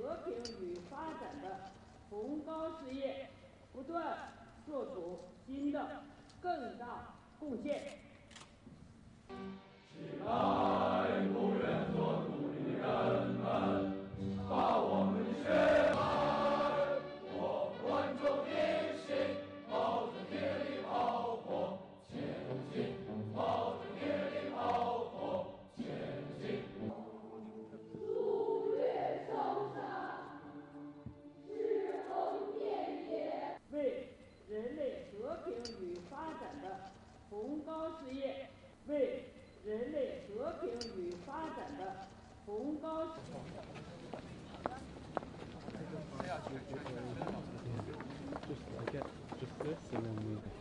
和平与发展的崇高事业，不断做出新的更大贡献。请爱永远做努力人们，把我们宣爱。我万众一心，抱着铁力炮火前进，抱着铁力炮火前进。苏越双山，日横遍野，为人类和平与发展的崇高事业，为人类和平与发展的崇高事业。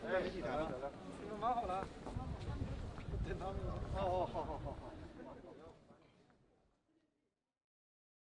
哎，你们忙好了啊，真忙。